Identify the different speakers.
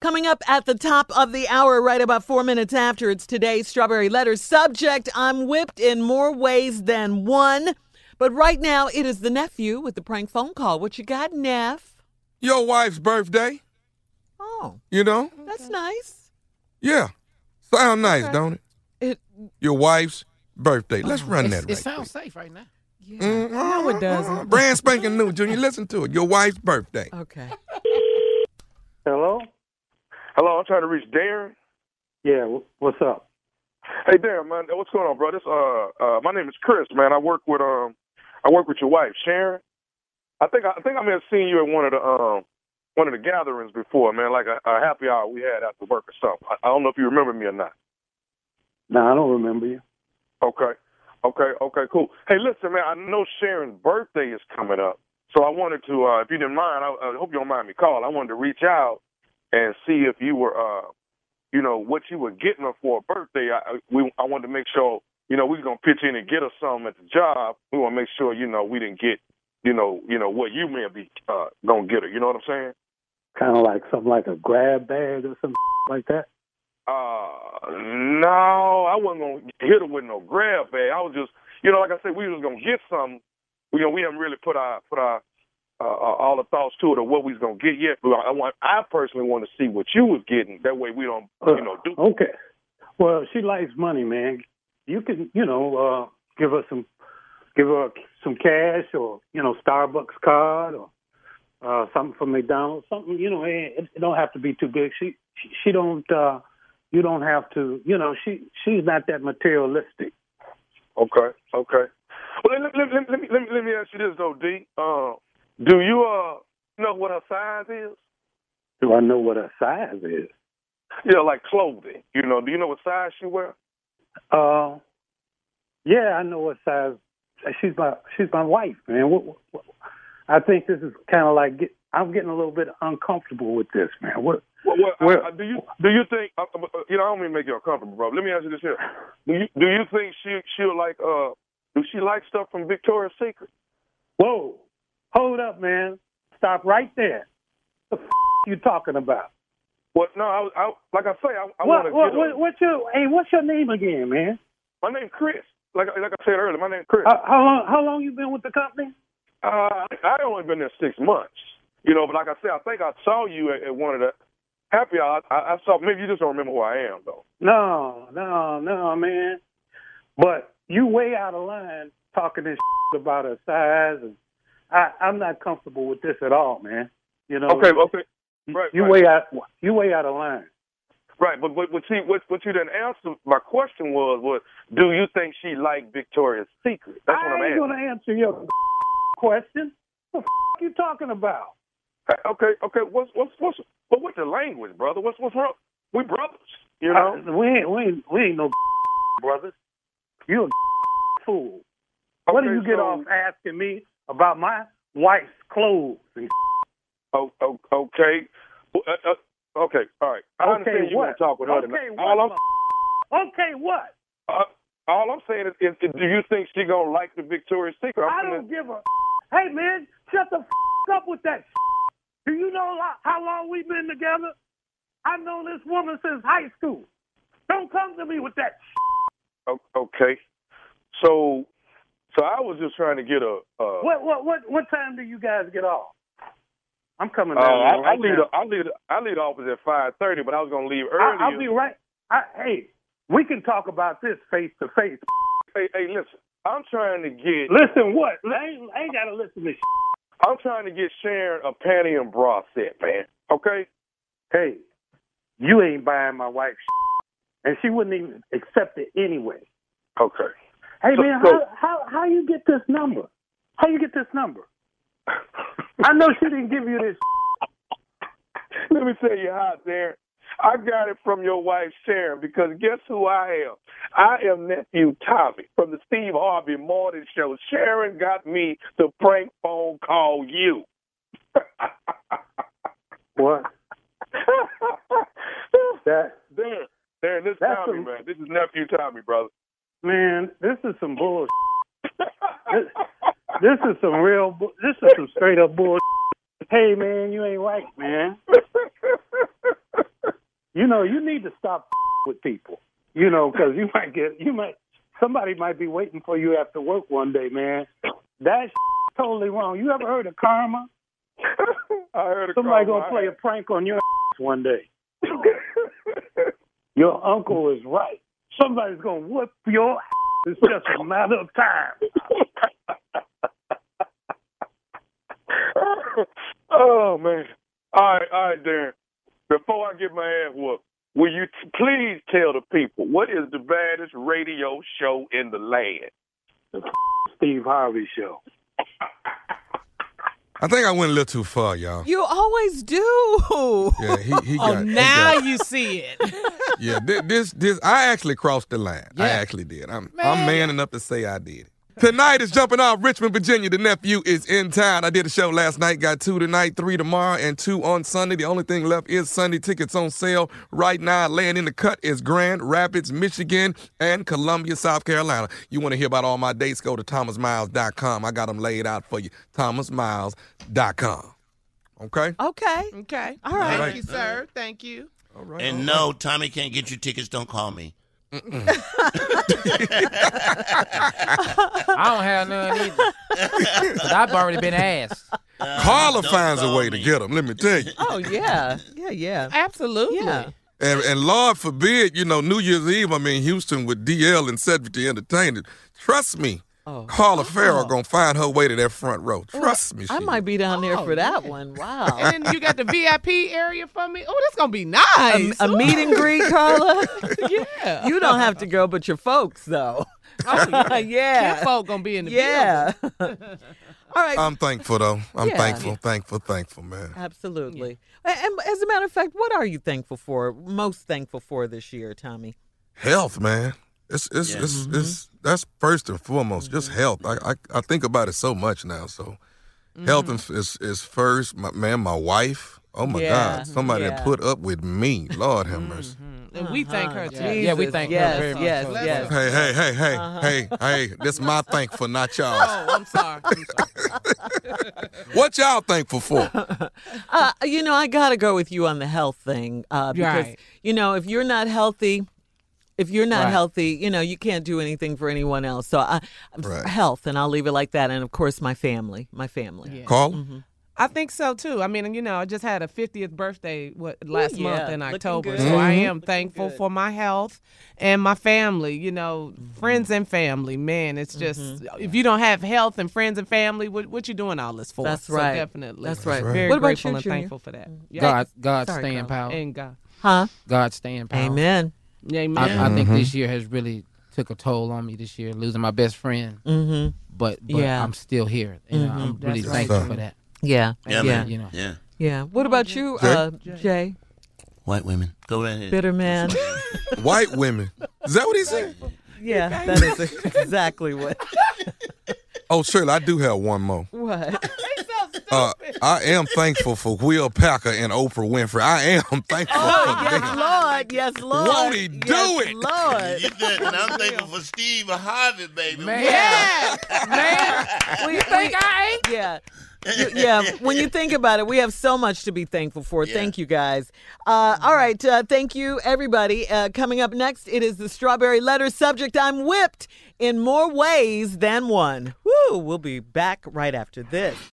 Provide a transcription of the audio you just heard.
Speaker 1: Coming up at the top of the hour, right about four minutes after, it's today's Strawberry Letters subject. I'm whipped in more ways than one. But right now, it is the nephew with the prank phone call. What you got, Neff?
Speaker 2: Your wife's birthday,
Speaker 1: Oh,
Speaker 2: you know?
Speaker 1: that's nice.
Speaker 2: Yeah. Sound nice, don't it?
Speaker 1: It,
Speaker 2: Your wife's birthday. Let's run that right
Speaker 3: Oh, It's- It
Speaker 2: quick.
Speaker 3: sounds safe right now.
Speaker 2: Mm,
Speaker 1: No, it
Speaker 2: uh,
Speaker 1: doesn't.
Speaker 2: uh, Brand spanking new, Junior. Listen to it. Your wife's birthday.
Speaker 1: okay.
Speaker 4: Hello?
Speaker 5: Hello, I'm trying to reach Darren.
Speaker 4: Yeah, wh- what's up?
Speaker 5: Hey, Darren, man, what's going on, bro? This, uh, uh, my name is Chris, man. I work with um, I work with your wife, Sharon. I think I, I think I may have seen you at one of the um, one of the gatherings before, man. Like a, a happy hour we had after work or something. I, I don't know if you remember me or not.
Speaker 4: No, I don't remember you.
Speaker 5: Okay, okay, okay, cool. Hey, listen, man, I know Sharon's birthday is coming up, so I wanted to, uh, if you didn't mind, I, I hope you don't mind me calling. I wanted to reach out and see if you were, uh, you know, what you were getting her for a birthday. I I- we I wanted to make sure, you know, we was gonna pitch in and get her something at the job. We want to make sure, you know, we didn't get, you know, you know what you may be uh, gonna get her. You know what I'm saying?
Speaker 4: Kind of like something like a grab bag or something like that.
Speaker 5: Uh, no, I wasn't gonna hit her with no grab bag. I was just, you know, like I said, we was gonna get something. You know, we haven't really put our put our uh, uh, all the thoughts to it of what we was gonna get yet. But I want, I personally want to see what you was getting. That way, we don't, you know, do.
Speaker 4: Uh, Okay. Well, she likes money, man. You can, you know, uh, give her some, give her some cash or you know, Starbucks card or uh, something from McDonald's. Something, you know, it, it don't have to be too big. She, she, she don't. Uh, you don't have to, you know. She, she's not that materialistic.
Speaker 5: Okay, okay. Well, let, let, let, let me let me let me ask you this though, D. Uh, do you uh know what her size is?
Speaker 4: Do I know what her size is?
Speaker 5: Yeah, like clothing. You know, do you know what size she wear?
Speaker 4: Uh, yeah, I know what size. She's my she's my wife, man. What, what, what- I think this is kind of like get, I'm getting a little bit uncomfortable with this, man. What?
Speaker 5: Well, well, I-
Speaker 4: Well-
Speaker 5: I, do you do you think uh, uh, you know? I don't mean to make you uncomfortable, bro. Let me ask you this here: Do you do you think she she'll like uh? Do she like stuff from Victoria's Secret?
Speaker 4: Whoa! Hold up, man. Stop right there. What the f- you talking about?
Speaker 5: Well, no. I, I like I say, I, I
Speaker 4: What,
Speaker 5: want to
Speaker 4: what,
Speaker 5: get
Speaker 4: what?
Speaker 5: her.
Speaker 4: What's your? Hey, what's your name again, man?
Speaker 5: My name's Chris. Like like I said earlier, my name's Chris.
Speaker 4: How, how long? How long you been with the company?
Speaker 5: Uh, I I only been there six months, you know. But like I said, I think I saw you at, at one of the happy hours. I, I saw. Maybe you just don't remember who I am, though.
Speaker 4: No, no, no, man. But you way out of line talking this about her size, and I, I'm not comfortable with this at all, man. You know,
Speaker 5: Okay, okay, right,
Speaker 4: you
Speaker 5: right.
Speaker 4: way out, you way out of line.
Speaker 5: right. But what what she what what you didn't answer my question was was do you think she liked Victoria's Secret? That's what I'm
Speaker 4: I ain't
Speaker 5: asking.
Speaker 4: gonna answer your question. What the f- you talking about?
Speaker 5: Hey, Uh, Okay, okay. What's what's what's but what's the language, brother? What's what's wrong? We brothers, you know.
Speaker 4: Uh, we ain't, we ain't, we ain't no brothers. You a fool. what do
Speaker 5: Okay,
Speaker 4: you get
Speaker 5: so-
Speaker 4: off asking me about my wife's clothes? And
Speaker 5: Oh, oh, okay. Well, uh, uh, okay, all right. I understand you want to talk with her
Speaker 4: okay,
Speaker 5: tonight.
Speaker 4: What,
Speaker 5: All I'm
Speaker 4: mother- okay, what?
Speaker 5: uh, all I'm saying is, is, do you think she gonna like the Victoria's Secret?
Speaker 4: I
Speaker 5: I'm
Speaker 4: don't
Speaker 5: feeling-
Speaker 4: give a. Hey man, shut the f- up with that. Do you know lo- how long we've been together? I've known this woman since high school. Don't come to me with that.
Speaker 5: O- okay. So, so I was just trying to get a. Uh,
Speaker 4: What what what what time do you guys get off? I'm coming
Speaker 5: Uh,
Speaker 4: down there
Speaker 5: I, I
Speaker 4: right
Speaker 5: leave.
Speaker 4: now.
Speaker 5: the- I leave. the- I leave the office at five thirty, but I was gonna leave
Speaker 4: I,
Speaker 5: earlier.
Speaker 4: I'll be right. I, hey, we can talk about this face to face.
Speaker 5: hey, hey, listen. I'm trying to get.
Speaker 4: Listen, what? I ain't, I ain't gotta listen to. Sh-
Speaker 5: I'm trying to get Sharon a panty and bra set, man. Okay?
Speaker 4: hey, you ain't buying my wife's, sh- and she wouldn't even accept it anyway.
Speaker 5: Okay.
Speaker 4: Hey
Speaker 5: So-
Speaker 4: man,
Speaker 5: so-
Speaker 4: how, how how you get this number? How you get this number? I know she didn't give you this.
Speaker 5: Let me tell you how, Darren. I got it from your wife, Sharon, because guess who I am? I am nephew Tommy from the Steve Harvey Morning Show. Sharon got me the prank phone call you.
Speaker 4: What? That
Speaker 5: Darren, Darren, this is
Speaker 4: That's
Speaker 5: Tommy,
Speaker 4: a-
Speaker 5: man. This is nephew Tommy, brother.
Speaker 4: man, this is some bullshit. This, this is some real. bu- This is some straight up bullshit. Hey man, you ain't right, man. you know, you need to stop with people. You know, because you might get you might somebody might be waiting for you after work one day, man. That's totally wrong. You ever heard of karma?
Speaker 5: I heard a
Speaker 4: Somebody
Speaker 5: call.
Speaker 4: gonna play a prank on your one day. Your uncle is right. Somebody's gonna whoop your. It's just a matter of time.
Speaker 5: oh man. All right, all right, Darren. Before I get my ass whooped, will you t- please tell the people what is the baddest radio show in the land?
Speaker 4: Steve Harvey show.
Speaker 2: I think I went a little too far, y'all.
Speaker 1: You always do.
Speaker 2: Yeah, he, he
Speaker 3: Oh,
Speaker 2: got. he
Speaker 3: now
Speaker 2: got-
Speaker 3: you see it.
Speaker 2: yeah, thi- this, this, I actually crossed the line. I
Speaker 3: Yeah.
Speaker 2: actually did. I'm,
Speaker 3: Man.
Speaker 2: I'm man enough to say I did. it. Tonight is jumping off Richmond, Virginia. The nephew is in town. I did a show last night. Got two tonight, three tomorrow, and two on Sunday. The only thing left is Sunday tickets on sale right now. Laying in the cut is Grand Rapids, Michigan, and Columbia, South Carolina. You want to hear about all my dates? Go to thomasmiles.com. I got them laid out for you. Thomasmiles.com. Okay.
Speaker 1: Okay.
Speaker 3: Okay.
Speaker 1: All right.
Speaker 2: All
Speaker 3: Thank
Speaker 2: right.
Speaker 3: you, sir. Thank you.
Speaker 2: All right.
Speaker 6: And no, Tommy can't get you tickets. Don't call me.
Speaker 7: I don't have none either. 'Cause I've already been asked.
Speaker 6: Uh,
Speaker 2: Carla
Speaker 6: don't
Speaker 2: finds a
Speaker 6: call
Speaker 2: way to
Speaker 6: me.
Speaker 2: get them. Let me tell you.
Speaker 1: Oh yeah. Yeah. Yeah.
Speaker 3: Absolutely.
Speaker 1: Yeah.
Speaker 2: And, and Lord forbid, you know, New Year's Eve, I'm in Houston with DL and Cedric the Entertainer. Trust me,
Speaker 1: Oh.
Speaker 2: Carla Farrell going to find her way to that front row. Trust me.
Speaker 1: I
Speaker 2: she
Speaker 1: might be down there
Speaker 3: Oh,
Speaker 1: for that
Speaker 3: yeah.
Speaker 1: one. Wow.
Speaker 3: And then you got the VIP area for me. Oh, that's gonna be
Speaker 1: A,
Speaker 3: nice.
Speaker 1: a
Speaker 3: Ooh,
Speaker 1: meet and greet, Carla.
Speaker 3: yeah.
Speaker 1: You don't have to go, but your folks, though.
Speaker 3: Oh, yeah.
Speaker 1: Uh, yeah.
Speaker 3: Kinfolk gonna be in the
Speaker 1: yeah. All right.
Speaker 2: I'm thankful, though. I'm
Speaker 1: Yeah.
Speaker 2: thankful, thankful, thankful, man.
Speaker 1: Absolutely. A- And as a matter of fact, what are you thankful for? Most thankful for this year, Tommy?
Speaker 2: Health, man. It's, it's,
Speaker 6: Yeah.
Speaker 2: it's,
Speaker 1: Mm-hmm.
Speaker 2: it's, that's first and foremost, just health. I, I, I think about it so much now. So, health is,
Speaker 1: Mm-hmm.
Speaker 2: is, is first. My, man, my wife. Oh, my
Speaker 1: Yeah.
Speaker 2: God. Somebody that
Speaker 1: Yeah. Mm-hmm.
Speaker 2: put up with me. Lord have mercy.
Speaker 3: building. And we thank her too.
Speaker 7: Yeah. Yeah. we thank her
Speaker 1: yes,
Speaker 7: very much
Speaker 1: Yes,
Speaker 7: for
Speaker 1: yes,
Speaker 7: that.
Speaker 1: yes.
Speaker 2: Hey, hey, hey, hey,
Speaker 1: Uh-huh.
Speaker 2: hey, hey. This my thankful, not y'all.
Speaker 3: Oh, I'm sorry. I'm sorry.
Speaker 2: What y'all thankful for?
Speaker 1: Uh, you know, I got to go with you on the health thing uh, because,
Speaker 3: Right.
Speaker 1: you know, if you're not healthy, if you're not
Speaker 7: Right.
Speaker 1: healthy, you know, you can't do anything for anyone else. So, I,
Speaker 2: Right.
Speaker 1: health, and I'll leave it like that. And of course, my family, my family.
Speaker 3: Yeah.
Speaker 2: Carla?
Speaker 3: I think so too. I mean, you know, I just had a 50th birthday what, last
Speaker 1: yeah.
Speaker 3: month in
Speaker 1: Looking
Speaker 3: October,
Speaker 1: good.
Speaker 7: Mm-hmm.
Speaker 3: so I am thankful for my health and my family. You know,
Speaker 1: Mm-hmm.
Speaker 3: friends and family. Man, it's just uh, if you don't have health and friends and family, what, what you doing all this for?
Speaker 1: That's
Speaker 3: So
Speaker 1: right.
Speaker 3: definitely.
Speaker 1: That's right.
Speaker 3: Very
Speaker 1: What about
Speaker 3: grateful
Speaker 1: you, Mm-hmm.
Speaker 3: and
Speaker 1: Junior?
Speaker 3: thankful for that. Yeah.
Speaker 7: God, God's
Speaker 1: Sorry, Carl.
Speaker 7: staying power.
Speaker 3: and God.
Speaker 1: Huh?
Speaker 7: God's staying power.
Speaker 1: Amen.
Speaker 3: Amen.
Speaker 7: I, I think this year has really took a toll on me. This year, losing my best friend,
Speaker 1: Mm hmm.
Speaker 7: but, but
Speaker 1: Yeah. Mm-hmm.
Speaker 7: I'm still here. You know, I'm really
Speaker 3: That's
Speaker 7: thankful
Speaker 2: right.
Speaker 7: for that.
Speaker 1: Yeah.
Speaker 6: Yeah,
Speaker 1: yeah.
Speaker 6: man.
Speaker 7: You know.
Speaker 6: Yeah.
Speaker 1: Yeah. What about you,
Speaker 2: Jay?
Speaker 1: Uh, Jay?
Speaker 6: White women. Go right ahead.
Speaker 1: Bitter man.
Speaker 2: White women. Is that what he said?
Speaker 1: yeah, that is exactly what.
Speaker 2: Oh, Shirley, I do have one more.
Speaker 1: What?
Speaker 2: Uh, I am thankful for Will Packer and Oprah Winfrey. I am thankful
Speaker 1: Oh,
Speaker 2: for
Speaker 1: yes,
Speaker 2: them.
Speaker 1: Lord. Yes, Lord.
Speaker 2: Won't he do
Speaker 1: Yes,
Speaker 2: it?
Speaker 1: Lord.
Speaker 6: You said, and I'm thankful for Steve Harvey, baby.
Speaker 3: Yeah.
Speaker 1: We think I ain't. Yeah. You- yeah, when you think about it, we have so much to be thankful for. Thank you guys. Uh, all right, uh, thank you, everybody. Uh, coming up next, it is the strawberry letter subject. I'm whipped in more ways than one. Woo, we'll be back right after this.